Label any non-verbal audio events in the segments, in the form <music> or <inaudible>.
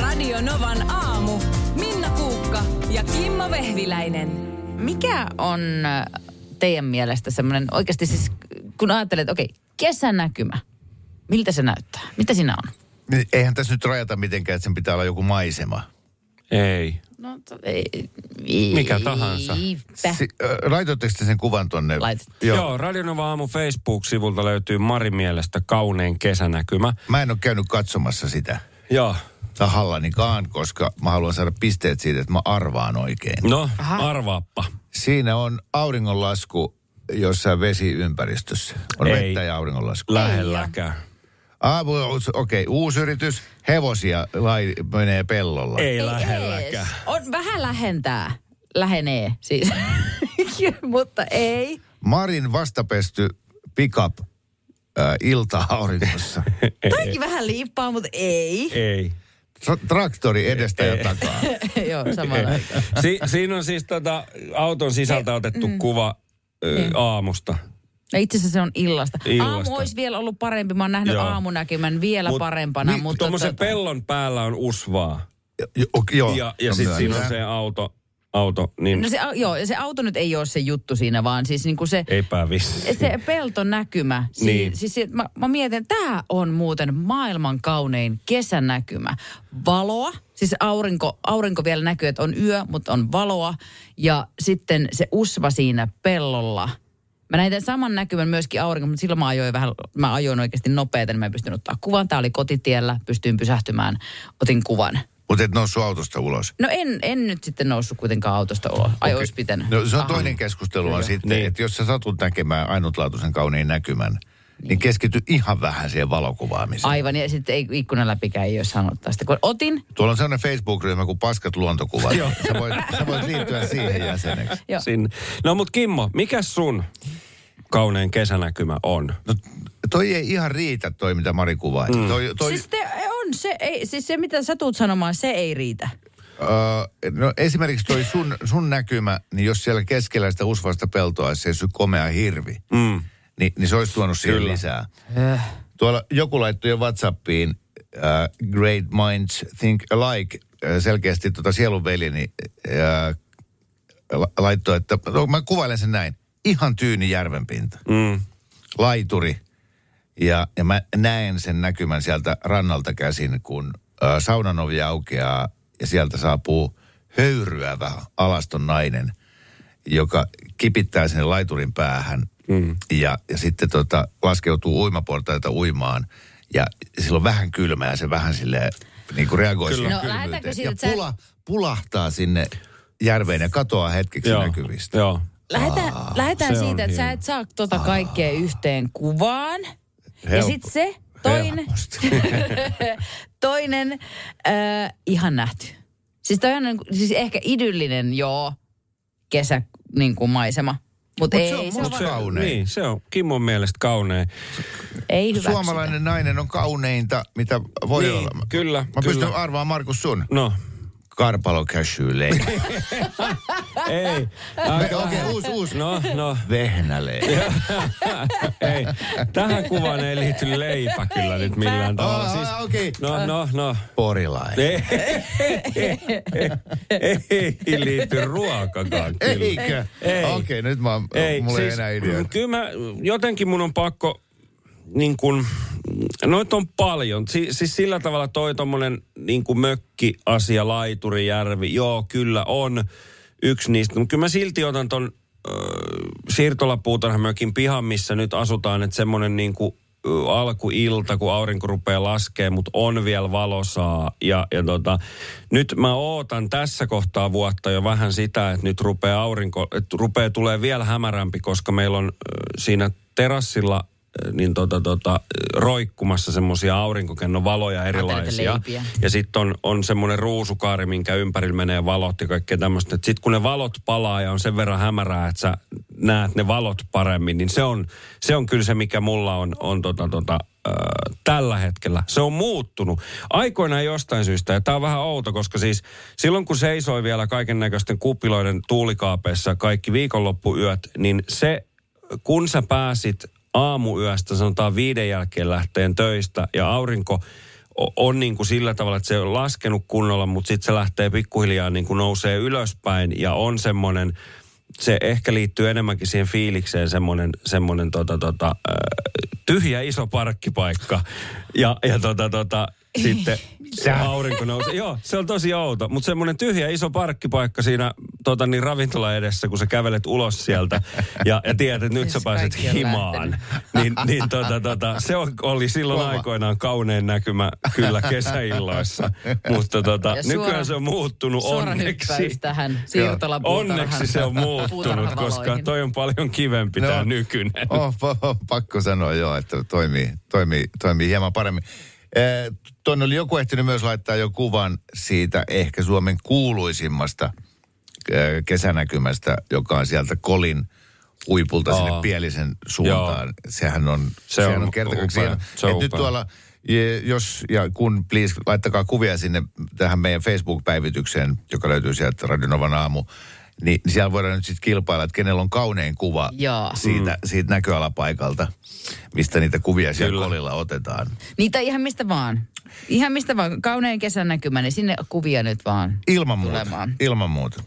Radio Novan aamu. Minna Kuukka ja Kimmo Vehviläinen. Mikä on äh, teidän mielestä semmoinen, oikeasti siis kun ajattelet, okei, kesänäkymä, miltä se näyttää? Mitä siinä on? Niin, Eihän tässä nyt rajata mitenkään, että sen pitää olla joku maisema. Ei. No, to, ei, Mikä tahansa. Eipä. Si- äh, Laitoitteko te sen kuvan tonne? Laitettiin. Joo. Joo. Joo. Joo, Radionova aamu Facebook-sivulta löytyy Mari mielestä kaunein kesänäkymä. Mä en ole käynyt katsomassa sitä Joo. tahallanikaan, koska mä haluan saada pisteet siitä, että mä arvaan oikein. No, Aha. arvaappa. Siinä on auringonlasku jossain vesiympäristössä. On Ei. vettä ja auringonlasku. Lähelläkään. Aamu, okei, uusi yritys. Hevosia lai, menee pellolla. Ei, ei Ees. lähelläkään. On vähän lähentää. Lähenee siis. <laughs> Mutta ei. Marin vastapesty pickup äh, ilta <laughs> auringossa. Toikin vähän liippaa, mutta ei. <laughs> Ei. Tra- traktori edestä ja takaa. Joo, samalla aikaa. Si- siinä on siis tota auton sisältä otettu Mm. kuva ö, Niin. aamusta. No itse asiassa se on illasta. Illasta. Aamu olisi vielä ollut parempi. Mä oon nähnyt Joo. aamunäkymän vielä Mut- parempana. niin, mutta tota- Tuommoisen pellon päällä on usvaa. Jo- jo- joo. Ja, ja No sitten siinä on myönnän. se auto, auto niin No no se, au- joo, ja se auto nyt ei ole se juttu siinä, vaan siis niinku se, eipä vissi. se peltonäkymä. Si- Niin. Siis se, mä, mä mietin, tämä on muuten maailman kaunein kesänäkymä. Valoa, siis aurinko, aurinko vielä näkyy, että on yö, mutta on valoa. Ja sitten se usva siinä pellolla. Mä näin tämän saman näkymän myöskin aurinko, mutta silloin mä ajoin, vähän, mä ajoin oikeasti nopeiten, niin mä en pystynyt ottaa kuvan. Tämä oli kotitiellä, pystyin pysähtymään, otin kuvan. Mutta et noussut autosta ulos. No en, en nyt sitten noussut kuitenkaan autosta ulos. Ai okay. olisi pitänyt. No se on Aha. toinen keskustelu on sitten, Ah. Niin. niin. että jos sä satut näkemään ainutlaatuisen kauniin näkymän, niin, niin keskity ihan vähän siihen valokuvaamiseen. Aivan, ja sitten ei, ikkunan läpikään ei ole sanonut tästä. Kun otin, Tuolla on sellainen Facebook-ryhmä kuin Paskat luontokuvat. sä, voit, sä voit liittyä siihen jäseneksi. joo. Sinne. No mut Kimmo, mikä sun kaunein kesänäkymä on? No toi ei ihan riitä toi, mitä Mari kuvaa. Mm. Toi, toi, Siis, te, on, se, ei, siis se, mitä sä tuut sanomaan, se ei riitä. Öö, no esimerkiksi toi sun, sun näkymä, niin jos siellä keskellä sitä usvasta peltoa olisi seissyt komea hirvi, mm. niin, niin se olisi tuonut siihen Kyllä. lisää. Tuolla joku laittoi jo Whatsappiin äh, Great Minds Think Alike, äh, selkeästi tota sielunveljeni äh, la- laittoi, että no, mä kuvailen sen näin. Ihan tyyni järvenpinta. Mm. Laituri. Ja, ja mä näen sen näkymän sieltä rannalta käsin, kun äh, saunan ovi aukeaa ja sieltä saapuu höyryävä alaston nainen, joka kipittää sen laiturin päähän mm. ja, ja sitten tota, laskeutuu uimaportaita uimaan. Ja silloin vähän kylmää ja se vähän silleen niin kuin reagoi Kyllä. siihen No, kylmyyteen. lähdetäänkö siitä, ja että sä- pula, pulahtaa sinne järveen ja katoaa hetkeksi Joo. näkyvistä. Joo. Lähetään, lähetään se on siitä, että sä hieno. et saa tota kaikkea yhteen kuvaan. Ja Help- sitten se toinen, <laughs> Helposti. toinen äh, ihan nähty. Siis toi on niin kuin- siis ehkä idyllinen, joo, kesä niin kuin maisema. Mutta Mut ei, se se on on, musta- se, Kaunein. Niin, se on Kimmon mielestä kaunein. ei hyväksytä. Suomalainen nainen on kauneinta, mitä voi Niin, olla. kyllä, Mä kyllä. pystyn arvaamaan, Markus, sun. No, Karpalo <laughs> cashew ei. Okei, okay, uusi, uusi. No, <laughs> no, Vehnälee. ei. Tähän kuvaan ei liity leipä kyllä nyt millään tavalla. Siis, Okei. no, no, no. Porilainen. Ei, <laughs> ei, ei liity ruokakaan kyllä. Eikö? Ei. Okei, okay, nyt mä, oon- Ei, mulla siis, ei enää ideaa. Kyllä mä, jotenkin mun on pakko, niin kun, noit on paljon. Si, siis sillä tavalla toi tommonen niin kuin mökkiasia, laiturijärvi, joo kyllä on yksi niistä. Mutta kyllä mä silti otan ton äh, siirtolapuutarhamökin pihan, missä nyt asutaan, että semmonen niin kuin alkuilta, kun aurinko rupeaa laskee, mutta on vielä valosaa. Ja, ja tota, nyt mä ootan tässä kohtaa vuotta jo vähän sitä, että nyt rupeaa aurinko, että rupeaa tulee vielä hämärämpi, koska meillä on ö, siinä terassilla ö, niin tota, tota, ö, roikkumassa semmoisia aurinkokennon valoja erilaisia. leipiä. Ja sitten on, on semmoinen ruusukaari, minkä ympärillä menee valot ja kaikkea tämmöistä. Sitten kun ne valot palaa ja on sen verran hämärää, että sä näet ne valot paremmin, niin se on, se on kyllä se, mikä mulla on, on tota, tota, äh, tällä hetkellä. Se on muuttunut. Aikoinaan jostain syystä, ja tämä on vähän outo, koska siis silloin kun seisoi vielä kaiken näköisten kupiloiden tuulikaapeissa kaikki viikonloppuyöt, niin se kun sä pääsit aamuyöstä, sanotaan viiden jälkeen lähteen töistä ja aurinko o- on niin kuin sillä tavalla, että se on laskenut kunnolla, mutta sitten se lähtee pikkuhiljaa niin kuin nousee ylöspäin ja on semmoinen, se ehkä liittyy enemmänkin siihen fiilikseen semmoinen, semmoinen tota, tota, äh, tyhjä iso parkkipaikka. Ja, ja tota, tota, sitten se aurinko nousee. Joo, se on tosi outo. Mutta semmoinen tyhjä iso parkkipaikka siinä tota, niin ravintola edessä, kun sä kävelet ulos sieltä ja, ja tiedät, että nyt sä Siis pääset kaikki on himaan. Niin, niin tota, tota, se on- oli silloin Huomaa. aikoinaan kaunein näkymä kyllä kesäilloissa. Mutta tota, Ja suora- nykyään se on muuttunut Suora hyppäys onneksi. tähän siirtolapuutarhan. Onneksi se on muuttunut, koska puutarhavaloihin. toi on paljon kivempi no. tämä nykyinen. Oh, oh, oh, pakko sanoa joo, että toimii, toimii, toimii hieman paremmin. Eh, Tuonne oli joku ehtinyt myös laittaa jo kuvan siitä ehkä Suomen kuuluisimmasta eh, kesänäkymästä, joka on sieltä Kolin huipulta Aa. sinne Pielisen suuntaan. Joo. Sehän on, Se sehän on on kerta upea. kaikkiaan hieno. Se on Et nyt upea. tuolla, eh, jos ja kun, please, laittakaa kuvia sinne tähän meidän Facebook-päivitykseen, joka löytyy sieltä Radionovan aamu, niin niin siellä voidaan nyt sitten kilpailla, että kenellä on kaunein kuva Joo. siitä, siitä näköalapaikalta, mistä niitä kuvia siellä Kyllä. kolilla otetaan. Niitä ihan mistä vaan. Ihan mistä vaan. Kaunein kesän näkymä, niin sinne kuvia nyt vaan. Ilman muuta. Tulemaan. Ilman muuta.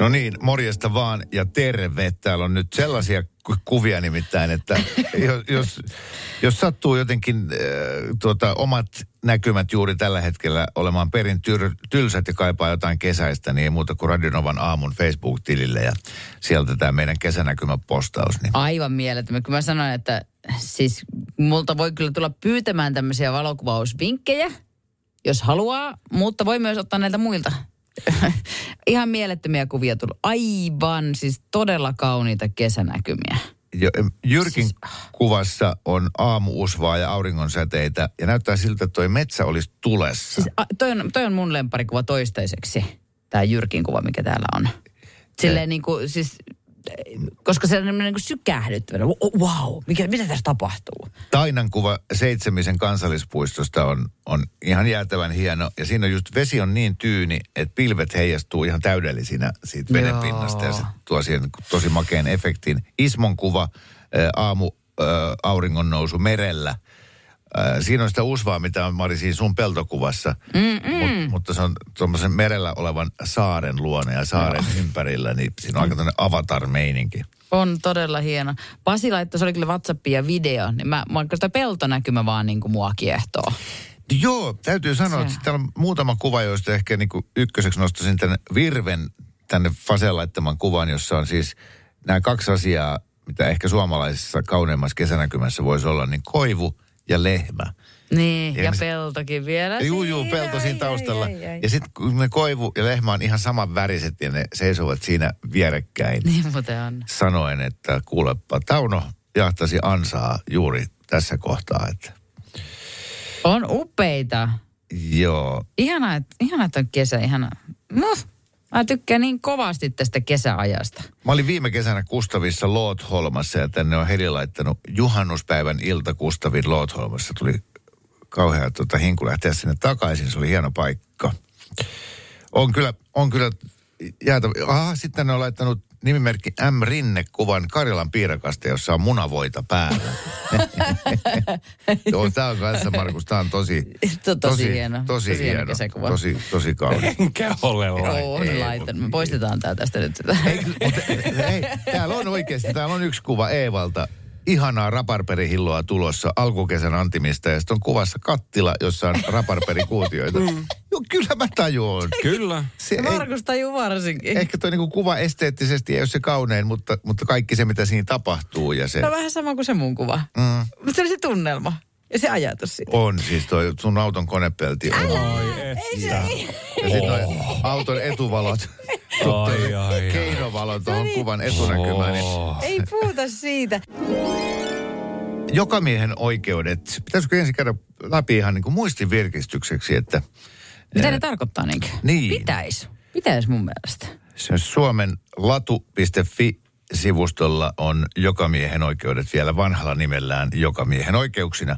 No niin, morjesta vaan ja terve. Täällä on nyt sellaisia ku- kuvia nimittäin, että <laughs> jos, jos, jos sattuu jotenkin äh, tuota, omat näkymät juuri tällä hetkellä olemaan perin tyr, tylsät ja kaipaa jotain kesäistä, niin ei muuta kuin Radionovan aamun Facebook-tilille ja sieltä tämä meidän kesänäkymäpostaus. Niin Aivan mieletön. Kyllä mä sanoin, että siis multa voi kyllä tulla pyytämään tämmöisiä valokuvausvinkkejä, jos haluaa, mutta voi myös ottaa näiltä muilta. <laughs> Ihan mielettömiä kuvia tullut. Aivan siis todella kauniita kesänäkymiä. Jo- Jyrkin Siis- kuvassa on aamuusvaa ja auringonsäteitä ja näyttää siltä, että toi metsä olisi tulessa. Siis, a, toi, on, toi on mun lemparikuva toistaiseksi, tämä Jyrkin kuva, mikä täällä on. Silleen niin kuin, siis, koska se on niin kuin sykähdyttävä. Wow, mikä, mitä tässä tapahtuu? Tainan kuva Seitsemisen kansallispuistosta on, on ihan jäätävän hieno. Ja siinä on just vesi on niin tyyni, että pilvet heijastuu ihan täydellisinä siitä Joo. vedenpinnasta. Ja se tuo siihen niinku tosi makeen efektin. Ismon kuva, ää, aamu ää, auringon nousu merellä. Ää, Siinä on sitä usvaa, mitä on Mari siinä sun peltokuvassa, Mut, mutta se on tuommoisen merellä olevan saaren luone ja saaren ympärillä, niin siinä on aika tämmöinen avatar-meininki. On todella hieno. Pasi laittoi, se oli kyllä WhatsAppia ja video, niin mä, mä sitä peltonäkymä vaan niin kuin mua kiehtoo. Joo, täytyy sanoa, että Se- täällä on muutama kuva, joista ehkä niin kuin ykköseksi nostaisin tänne Virven tänne Faseen laittaman kuvan, jossa on siis nämä kaksi asiaa, mitä ehkä suomalaisessa kauneimmassa kesänäkymässä voisi olla, niin koivu ja lehmä. Niin, Ja ja, ja mä- peltokin vielä. Juu, juu, siinä. pelto siinä Ai, taustalla. ai, ai, ai. Ja sitten kun ne koivu ja lehmä on ihan saman väriset ja ne seisovat siinä vierekkäin, Niin muuten on. sanoen, että kuulepa, Tauno jahtasi ansaa juuri tässä kohtaa, että On upeita. joo, Ihana, että, ihana, että on kesä. Ihana. No, mä tykkään niin kovasti tästä kesäajasta. Mä olin viime kesänä Kustavissa Lootholmassa ja tänne on heti laittanut juhannuspäivän ilta Kustavin Lootholmassa. Tuli kauhea tuota, hinku lähteä sinne takaisin, se oli hieno paikka. On kyllä, on kyllä jäätä. Aha, sitten ne on laittanut nimimerkki M. Rinne kuvan Karjalan piirakasta, jossa on munavoita <laughs> päällä. Joo, tää on kanssa, Markus, tää on tosi, Tosi hieno. tosi, Tosi hieno hieno, kesäkuva. tosi, tosi kaunis. Enkä ole laittanut. Oh, ei, niin. laitan. Me poistetaan tää tästä nyt. Ei, mutta, ei, täällä on oikeasti, täällä on yksi kuva Eevalta. Ihanaa raparperihilloa tulossa alkukesän antimista ja sitten on kuvassa kattila, jossa on raparperikuutioita. Mm. Joo, kyllä mä tajuan. Kyllä. <laughs> Se, ei, Markus tajuu varsinkin. ehkä toi niinku kuva esteettisesti ei ole se kaunein, mutta, mutta kaikki se, mitä siinä tapahtuu ja se No vähän sama kuin se mun kuva. Mm. Mutta se oli se tunnelma ja se ajatus siitä. on siis toi sun auton konepelti. On. Ei se, ei. Ja sitten noi auton etuvalot, Ai, No ai, ai. keinovalot tuohon kuvan etunäkymään. Niin Ei puhuta siitä. jokamiehen oikeudet, pitäisikö ensin käydä läpi ihan niin kuin muistin virkistykseksi, että Mitä ne tarkoittaa niinkö? Niin. Pitäis. Pitäis mun mielestä. se Suomen latu.fi-sivustolla on jokamiehen oikeudet vielä vanhalla nimellään jokamiehen oikeuksina.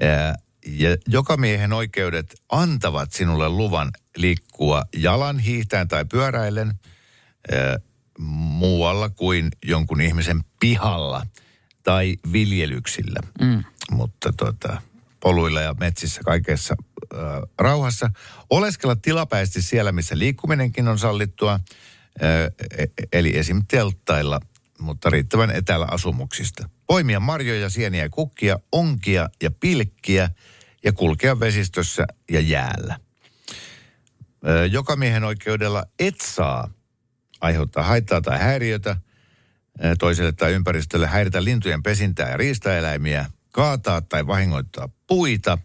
Ää, Ja jokamiehen oikeudet antavat sinulle luvan liikkua jalan, hiihtäen tai pyöräillen ää, muualla kuin jonkun ihmisen pihalla tai viljelyksillä. Mm. Mutta tota, poluilla ja metsissä kaikessa äh, rauhassa. Oleskella tilapäisesti siellä, missä liikkuminenkin on sallittua, äh, e- eli esim. telttailla, mutta riittävän etäällä asumuksista. Poimia marjoja, sieniä ja kukkia, onkia ja pilkkiä ja kulkea vesistössä ja jäällä. Ö, jokamiehen oikeudella et saa aiheuttaa haittaa tai häiriötä ö, toiselle tai ympäristölle, häiritä lintujen pesintää ja riistaeläimiä, kaataa tai vahingoittaa puita,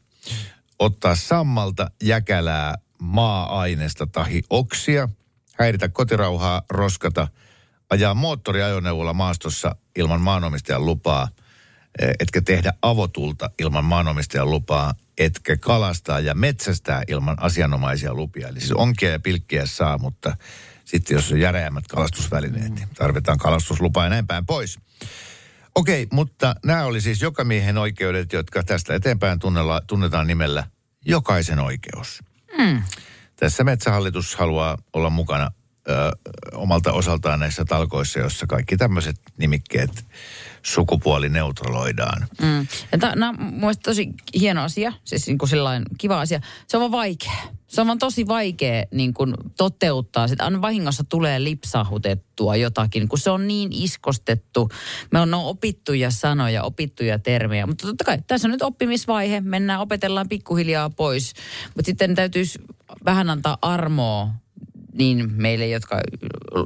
ottaa sammalta, jäkälää, maa-ainesta tahi oksia, häiritä kotirauhaa, roskata, ajaa moottoriajoneuvolla maastossa ilman maanomistajan lupaa, ö, etkä tehdä avotulta ilman maanomistajan lupaa, etkä kalastaa ja metsästää ilman asianomaisia lupia. Eli siis onkia ja pilkkiä saa, mutta sitten jos on järeämmät kalastusvälineet, niin tarvitaan kalastuslupa ja näin päin pois. Okei, mutta nämä oli siis jokamiehen oikeudet, jotka tästä eteenpäin tunnella, tunnetaan nimellä jokaisen oikeus. Mm. Hmm. Tässä Metsähallitus haluaa olla mukana ö, omalta osaltaan näissä talkoissa, jossa kaikki tämmöiset nimikkeet sukupuolineutraloidaan. Mm. Ja ta, no, mun mielestä tosi hieno asia, siis niin kuin sillain kiva asia. Se on vaan vaikea. Se on vaan tosi vaikea niin kuin toteuttaa. Sitä aina vahingossa tulee lipsahutettua jotakin, kun se on niin iskostettu. Me on, on opittuja sanoja, opittuja termejä, mutta totta kai tässä on nyt oppimisvaihe. Mennään, opetellaan pikkuhiljaa pois. Mutta sitten täytyisi vähän antaa armoa niin meille, jotka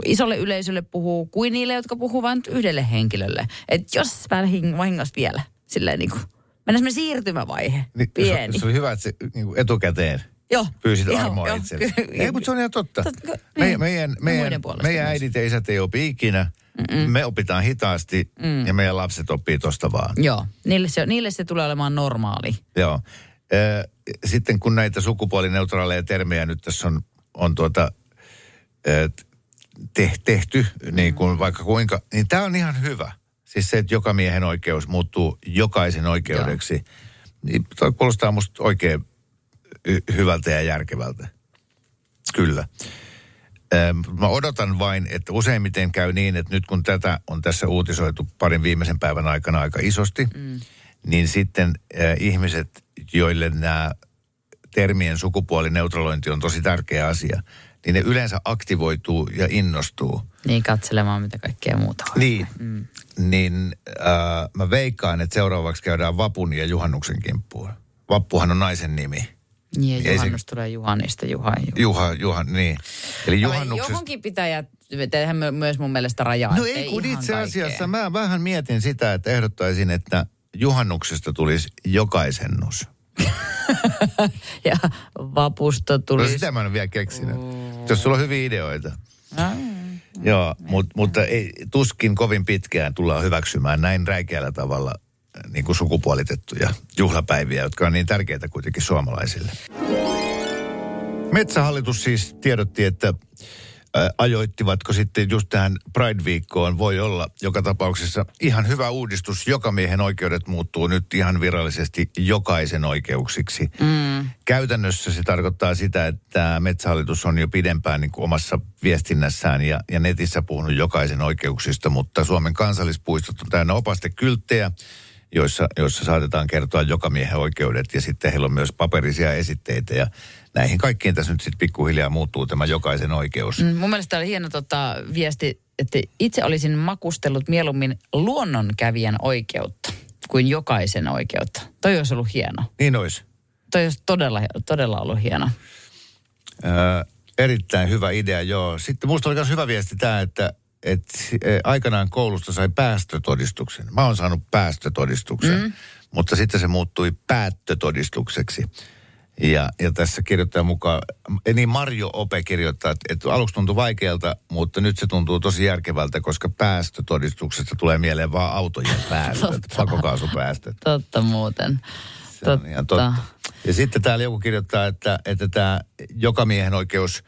isolle yleisölle puhuu, kuin niille, jotka puhuu vain yhdelle henkilölle. Että jos vähän vahingossa vielä, silleen niin kuin, mennään semmoinen siirtymävaihe, Niin, pieni. Se, se oli hyvä, että se, niin kuin etukäteen Joo, pyysit joo, armoa joo, itsellesi. kyllä. Ei, mutta se on ihan totta. Totta, kyllä, Me, niin. meidän Ja meidän, muiden puolesta meidän myös. äidit ja isät ei opi ikinä. Mm-mm. Me opitaan hitaasti mm. ja meidän lapset oppii tosta vaan. Joo, niille se, niille se tulee olemaan normaali. Joo. Ö, Sitten kun näitä sukupuolineutraaleja termejä nyt tässä on, on tuota, ö, te, tehty, niin kuin vaikka kuinka, niin tämä on ihan hyvä. Siis se, että joka miehen oikeus muuttuu jokaisen oikeudeksi, niin toi kuulostaa musta oikein hy- hyvältä ja järkevältä. Kyllä. Ö, Mä odotan vain, että useimmiten käy niin, että nyt kun tätä on tässä uutisoitu parin viimeisen päivän aikana aika isosti, mm. niin sitten äh, ihmiset, joille nämä termien sukupuolineutralointi on tosi tärkeä asia, niin ne yleensä aktivoituu ja innostuu. Niin katselemaan mitä kaikkea muuta on. Niin. Mm. Niin äh, mä veikkaan, että seuraavaksi käydään Vapun ja Juhannuksen kimppuun. Vappuhan on naisen nimi. Niin, Ei ja se- juhannus tulee Juhanista, Juhan, Juhan. Juha, Juhan, niin. Eli juhannuksesta... Johonkin pitää jättää, tehdään my- myös mun mielestä rajaa. No että ei kun ihan itse asiassa kaikkea. <laughs> mä vähän mietin sitä, että ehdottaisin, että juhannuksesta tulisi jokaisennus. Ja vapusta No tulisi. Mm. sitä mä en ole vielä keksinyt. Jos sulla on hyviä ideoita. Mm. Joo, mut, mutta ei, tuskin kovin pitkään tullaan hyväksymään näin räikeällä tavalla äh, niin kuin sukupuolitettuja juhlapäiviä, jotka on niin tärkeitä kuitenkin suomalaisille. Metsähallitus siis tiedotti, että äh, ajoittivatko sitten just tähän Pride-viikkoon voi olla joka tapauksessa ihan hyvä uudistus. Joka miehen oikeudet muuttuu nyt ihan virallisesti jokaisen oikeuksiksi. Mm. Käytännössä se tarkoittaa sitä, että Metsähallitus on jo pidempään niin kuin omassa viestinnässään ja, ja netissä puhunut jokaisen oikeuksista, mutta Suomen kansallispuistot on täynnä opastekylttejä, joissa, joissa saatetaan kertoa joka miehen oikeudet ja sitten heillä on myös paperisia esitteitä ja näihin kaikkiin tässä nyt sitten pikkuhiljaa muuttuu tämä jokaisen oikeus. Mm. Mm, Mun mielestä oli hieno tota, viesti, että itse olisin makustellut mieluummin luonnonkävijän oikeutta kuin jokaisen oikeutta. Toi olisi ollut hieno. Niin olisi. Toi olisi todella, todella ollut hieno. Öö, erittäin hyvä idea, joo. Sitten musta oli myös hyvä viesti tämä, että et, eh, aikanaan koulusta sai päästötodistuksen. Mä oon saanut päästötodistuksen, mm. mutta sitten se muuttui päättötodistukseksi. Ja, ja tässä kirjoittaja mukaan, niin Marjo Ope kirjoittaa, että, että aluksi tuntui vaikealta, mutta nyt se tuntuu tosi järkevältä, koska päästötodistuksesta tulee mieleen vaan autojen päästöt, pakokaasupäästöt. Totta muuten. Se on ihan totta. Ja sitten täällä joku kirjoittaa, että, että tämä jokamiehen oikeus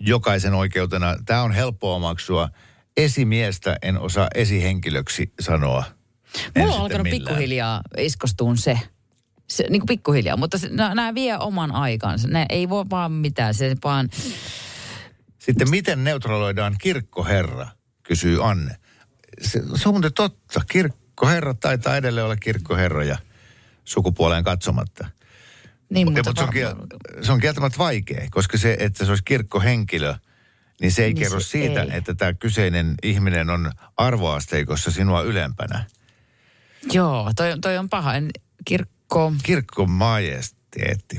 jokaisen oikeutena, tämä on helppo omaksua. Esimiestä en osaa esihenkilöksi sanoa. En Mulla on sitten alkanut millään. pikkuhiljaa iskostuun se. se niin kuin pikkuhiljaa, mutta se, no, nämä vie oman aikansa. Ne ei voi vaan mitään, se vaan... Sitten miten neutraloidaan kirkkoherra, kysyy Anne. Se, se on muuten totta. Kirkkoherra taitaa edelleen olla kirkkoherroja sukupuoleen katsomatta. Niin, Ei, mutta mutta se, on, varmaan- kiel- se on kieltämättä vaikea, koska se, että se olisi kirkkohenkilö, niin se ei Niin kerro se siitä, ei. että tämä kyseinen ihminen on arvoasteikossa sinua ylempänä. Joo, toi, toi on paha. En, kirkko, Kirkkon majesteetti.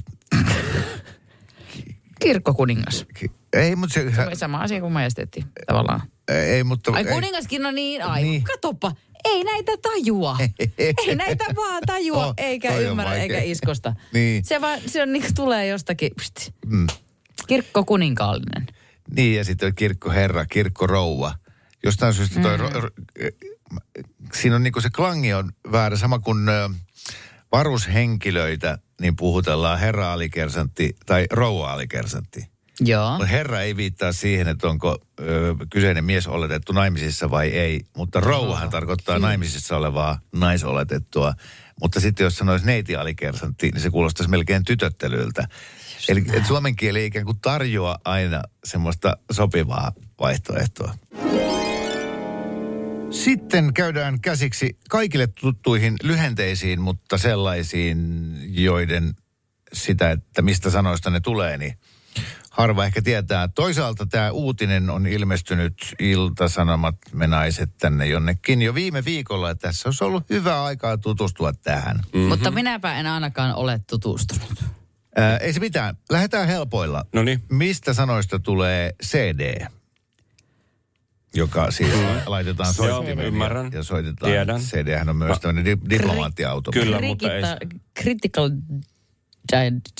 kirkkokuningas. Ki- Ei, mutta se, Vai sama asia kuin majesteetti tavallaan. ei, mutta, Ai ei, kuningaskin on niin, ai Niin. niin. katoppa, ei näitä tajua. <laughs> ei näitä vaan tajua, Oh, oh, eikä toi on ymmärrä, vaikea. eikä iskosta. <laughs> Niin. Se vaan, se on niin, tulee jostakin, pst, mm. kirkko kuninkaallinen. Niin, ja sitten kirkkoherra, kirkkorouva. Jostain syystä toi... Mm. Ro, ro, siinä on niinku se klangi on väärä, sama kuin ö, varushenkilöitä, niin puhutellaan herra-alikersantti tai rouva-alikersantti. Joo. Mutta herra ei viittaa siihen, että onko ö, kyseinen mies oletettu naimisissa vai ei, mutta rouvahan tarkoittaa naimisissa olevaa naisoletettua. Mutta sitten jos sanoisi neiti alikersantti, niin se kuulostaisi melkein tytöttelyltä. Eli et suomen kieli ei ikään kuin tarjoa aina semmoista sopivaa vaihtoehtoa. Sitten käydään käsiksi kaikille tuttuihin lyhenteisiin, mutta sellaisiin, joiden sitä, että mistä sanoista ne tulee, niin harva ehkä tietää. Toisaalta tämä uutinen on ilmestynyt iltasanomat menaiset tänne jonnekin jo viime viikolla. että Tässä olisi ollut hyvää aikaa tutustua tähän. Mm-hmm. Mutta minäpä en ainakaan ole tutustunut. Ää, Äh, ei se mitään. Lähdetään helpoilla. No niin. Mistä sanoista tulee CD? Joka siis laitetaan Mm. Joo, soittimeen ja, ymmärrän. ja soitetaan. Tiedän. CDhän on myös tämmöinen di- diplomaattiauto. Kyllä, mutta Krikita- Critical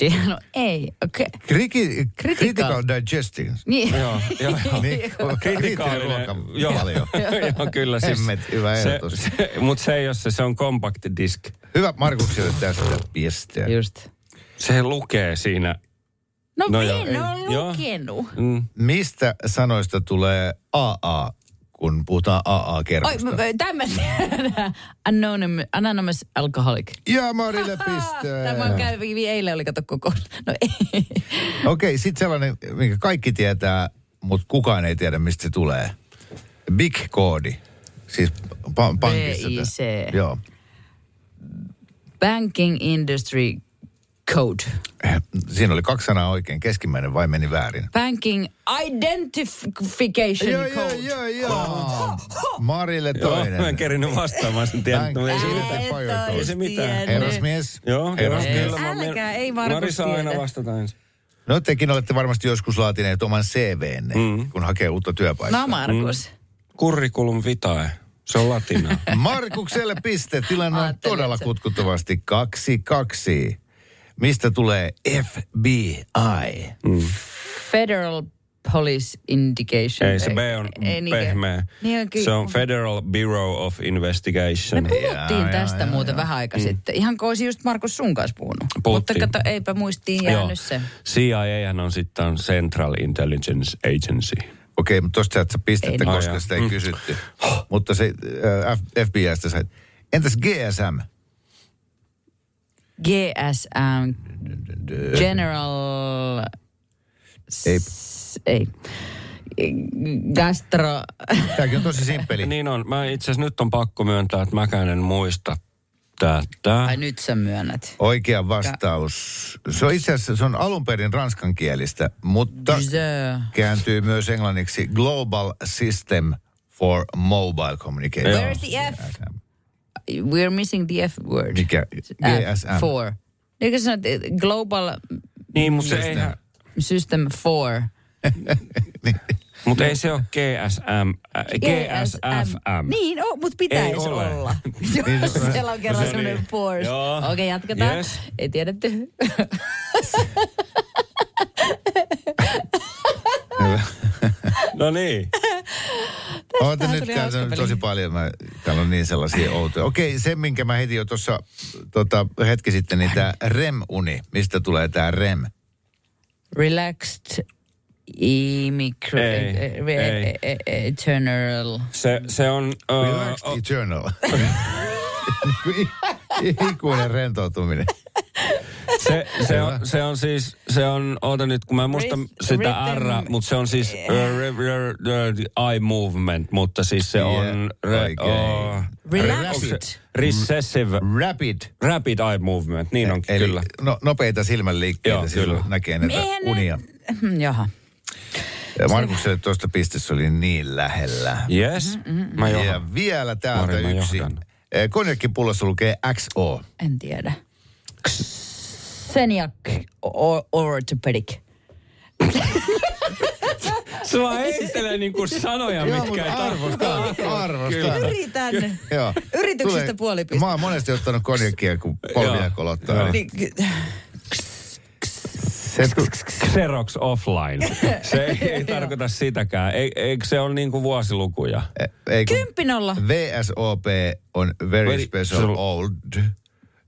Di- <laughs> no ei, okei. Okay. Kriki, critical. Critical. critical digesting. Niin. <laughs> Joo, joo, joo. Niin, <laughs> kriittinen Kritikaalinen. ruoka Joo, paljon. <laughs> joo, kyllä siis. Hemmet, hyvä ehdotus. Se, se, mutta se ei ole se, se on kompakti disk. Hyvä Markukselle tästä pisteä. Just. Se lukee siinä. No, No no joo, ei. minä olen Joo. lukenut. Mm. Mistä sanoista tulee AA, kun puhutaan Oi, AA-kerhosta? mä- mä- tämmöinen. <laughs> Anonymous, anonymous alcoholic. <laughs> Ja Marille Tämä on pisteen. kävi eilen, oli kato koko. <laughs> No ei. Okei, sitten sellainen, minkä kaikki tietää, mutta kukaan ei tiedä, mistä se tulee. Big-koodi. Siis pa- pankista. BIC. Joo. Banking Industry Code. Eh, Siinä oli kaksi sanaa oikein. Keskimmäinen vai meni väärin? Banking Identification Joo, joo, Code. joo, joo. Marille Joo, mä en toinen. kerinyt vastaamaan sen tiedän. mutta ei se mitään. Ei Ei se mitään. Herrasmies. Joo, Herrasmies. joo, kyllä mä Älkää, menen- ei varmasti Mari saa aina tiedä. vastata ensin. No tekin olette varmasti joskus laatineet oman CVnne, mm. kun hakee uutta työpaikkaa. No Markus. Mm. Curriculum vitae. Se on latinaa. <laughs> Markukselle piste. Tilanne on Ajattelin, todella että- kutkuttavasti. Kaksi, kaksi. Mistä tulee FBI? Federal Police Indication. Ei, se B on niinkö? pehmeä. Niin onkin. Se on Federal Bureau of Investigation. Me puhuttiin Jaa, jaa, tästä jaa, jaa, muuten vähän aika sitten. Ihan kuin olisi just Markus sun kanssa puhunut. Mm. Puhuttiin. Mutta kato, eipä muistiin jäänyt se. CIA on sitten Central Intelligence Agency. Okei, mutta tosta saat sä pistettä, Ei. koska Ai sitä ei kysytty. Mutta se äh, F- FBIstä sait. Entäs GSM? GSM, General... Ei. S- ei. Gastro... Tämäkin on tosi simppeli. Niin on. Mä itse asiassa nyt on pakko myöntää, että mäkään en muista tätä. Ai niin, nyt sä myönnät. Oikea vastaus. Se on itse asiassa, se on alun perin ranskankielistä, mutta Gse- kääntyy myös englanniksi Global System for Mobile Communication. Where is the F? We're missing the F word. Äh, Mikä? GSM. Four. Eikö sä sanot, eh, Global Niin, mutta se Just ei, näin. System 4? mut ei se ole GSM. Äh, GSFM. Niin, oh, mutta pitäisi Ei ole. <laughs> olla. Jos siellä on kerran semmoinen Porsche. Joo. Okei, okay, jatketaan. Yes. Ei tiedetty. No niin. Oota Tähän nyt, tuli täällä hauska on peli. tosi paljon, mä, täällä on niin sellaisia outoja. Okei, se minkä mä heti jo tuossa tota, hetki sitten, niin tämä REM-uni. Mistä tulee tämä REM? Relaxed e- immigrant Ei, ei. eternal. Se, se on... ö, Relaxed Äh, o- <laughs> eternal. Ikuinen rentoutuminen. Se, se, on, se on siis, se on, oota nyt, kun mä en muista Rhythm- sitä R, rhythm- mutta se on siis uh, re- re- re- eye movement, mutta siis se on Yeah, re, oikein. oh, onko Relaxed. <laughs> se recessive, Rapid. rapid eye movement, niin onkin Eli kyllä. no, nopeita silmänliikkeitä Joo, silloin kyllä. näkee näitä Eihän ne- unia. Mm, Jaha. Ja Markukselle tuosta pistessä oli niin lähellä. Yes, Mm, mä Ja johan. vielä täältä Mari, mä yksi. johdan. Eh, Konjakkipullossa lukee XO. En tiedä. Seniak or, orthopedic. Sua heittelee niinku sanoja, mitkä ei tarvostaa. Arvostaa. Yritän. Joo. Yrityksestä Tulee- puoli pistettä. Mä oon monesti ottanut konjakkia, kun polvia Joo. kolottaa. Joo. Niin Niin, ky- se tu- Xerox offline. <laughs> Se ei, ei tarkoita sitäkään. Ei- Eikö se ole niinku vuosilukuja? ei, kun Kymppinolla. VSOP on Very, Very Special Special- Old.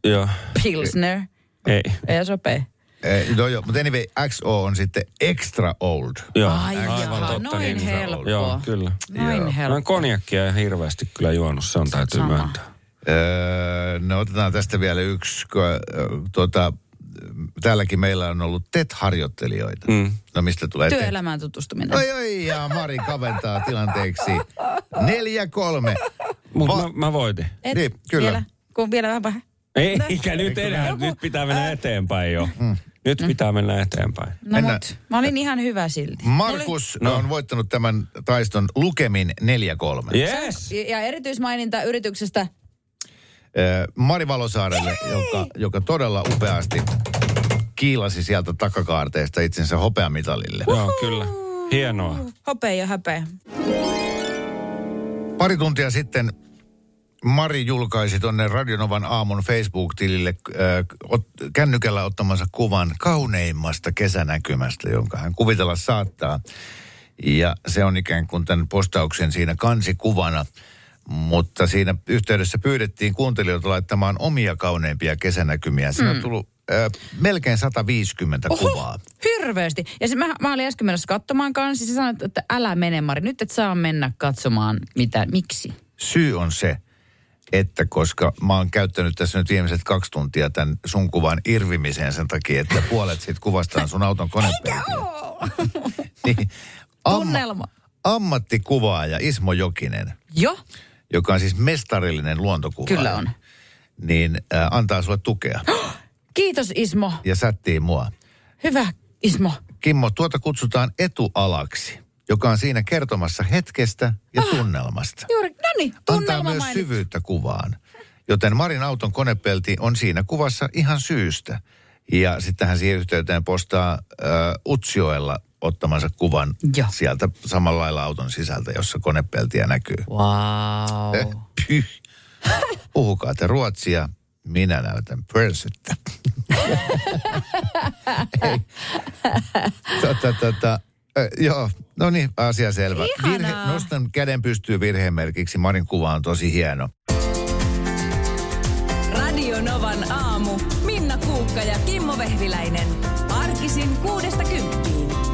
Joo. Pilsner. Ei. Ei sopii. Eh, no joo, mutta anyway, XO on sitten Extra Old. Joo. Ai jaha, noin niin. helppoa. Joo, kyllä. Noin Mä helppo. oon konjakkia ei hirveästi kyllä juonut, se on täytyy Sama. myöntää. Öö, no otetaan tästä vielä yksi. kun, ö, Tuota, täälläkin meillä on ollut TET-harjoittelijoita. Mm. No mistä tulee TET? Työelämään tutustuminen. Oi, oi, ja Mari kaventaa tilanteeksi. Neljä kolme. Mutta Va- mä, mä voitin. Et, niin, kyllä. Vielä, kun vielä vähän vähän. Eikä nyt enää, nyt pitää mennä eteenpäin jo. Mm. Nyt pitää mennä eteenpäin. No Mennään. mut, mä olin ihan hyvä silti. Markus no. on voittanut tämän taiston lukemin neljä kolme. Yes! Ja ja erityismaininta yrityksestä. Öö, Mari Valosaarelle, joka, joka todella upeasti kiilasi sieltä takakaarteesta itsensä hopeamitalille. Joo, kyllä. Hienoa. Hopea ja häpeä. Pari tuntia sitten Mari julkaisi tonne Radionovan aamun Facebook-tilille ö, ot, kännykällä ottamansa kuvan kauneimmasta kesänäkymästä, jonka hän kuvitella saattaa. Ja se on ikään kuin tämän postauksen siinä kansikuvana. Mutta siinä yhteydessä pyydettiin kuuntelijoita laittamaan omia kauneimpia kesänäkymiä. Siinä on tullut ö, melkein 150 kuvaa. Hirveästi. Ja sit mä, mä olin äsken menossa katsomaan kanssa. Se sanoi, että älä mene Mari, nyt et saa mennä katsomaan mitä, miksi. syy on se, että koska mä oon käyttänyt tässä nyt viimeiset kaksi tuntia tämän sun kuvan irvimiseen sen takia, että puolet siitä kuvastaan sun auton konepenkillä. Niin, Tunnelma. ammattikuvaaja Ismo Jokinen, Jo, joka on siis mestarillinen luontokuvaaja. kyllä on. Niin äh, antaa sulle tukea Kiitos Ismo. ja sättii mua. Hyvä Ismo. Kimmo, tuota kutsutaan etualaksi, joka on siinä kertomassa hetkestä Ah! ja tunnelmasta. Juuri, no niin, antaa tunnelma myös mainit. syvyyttä kuvaan. Joten Marin auton konepelti on siinä kuvassa ihan syystä. Ja sitten hän siihen yhteyteen postaa äh, Utsioella ottamansa kuvan Joo. sieltä samalla lailla auton sisältä, jossa konepeltiä näkyy. Wow. <laughs> Pyh. Puhukaa te ruotsia, minä näytän pörsyttä. <laughs> Ei. tota, tota, ö, joo, no niin, asia selvä. Ihanaa. nostan käden pystyy virhemerkiksi. Marin kuva on tosi hieno. Radio Novan aamu. Minna Kuukka ja Kimmo Vehviläinen. Arkisin kuudesta kymppiin.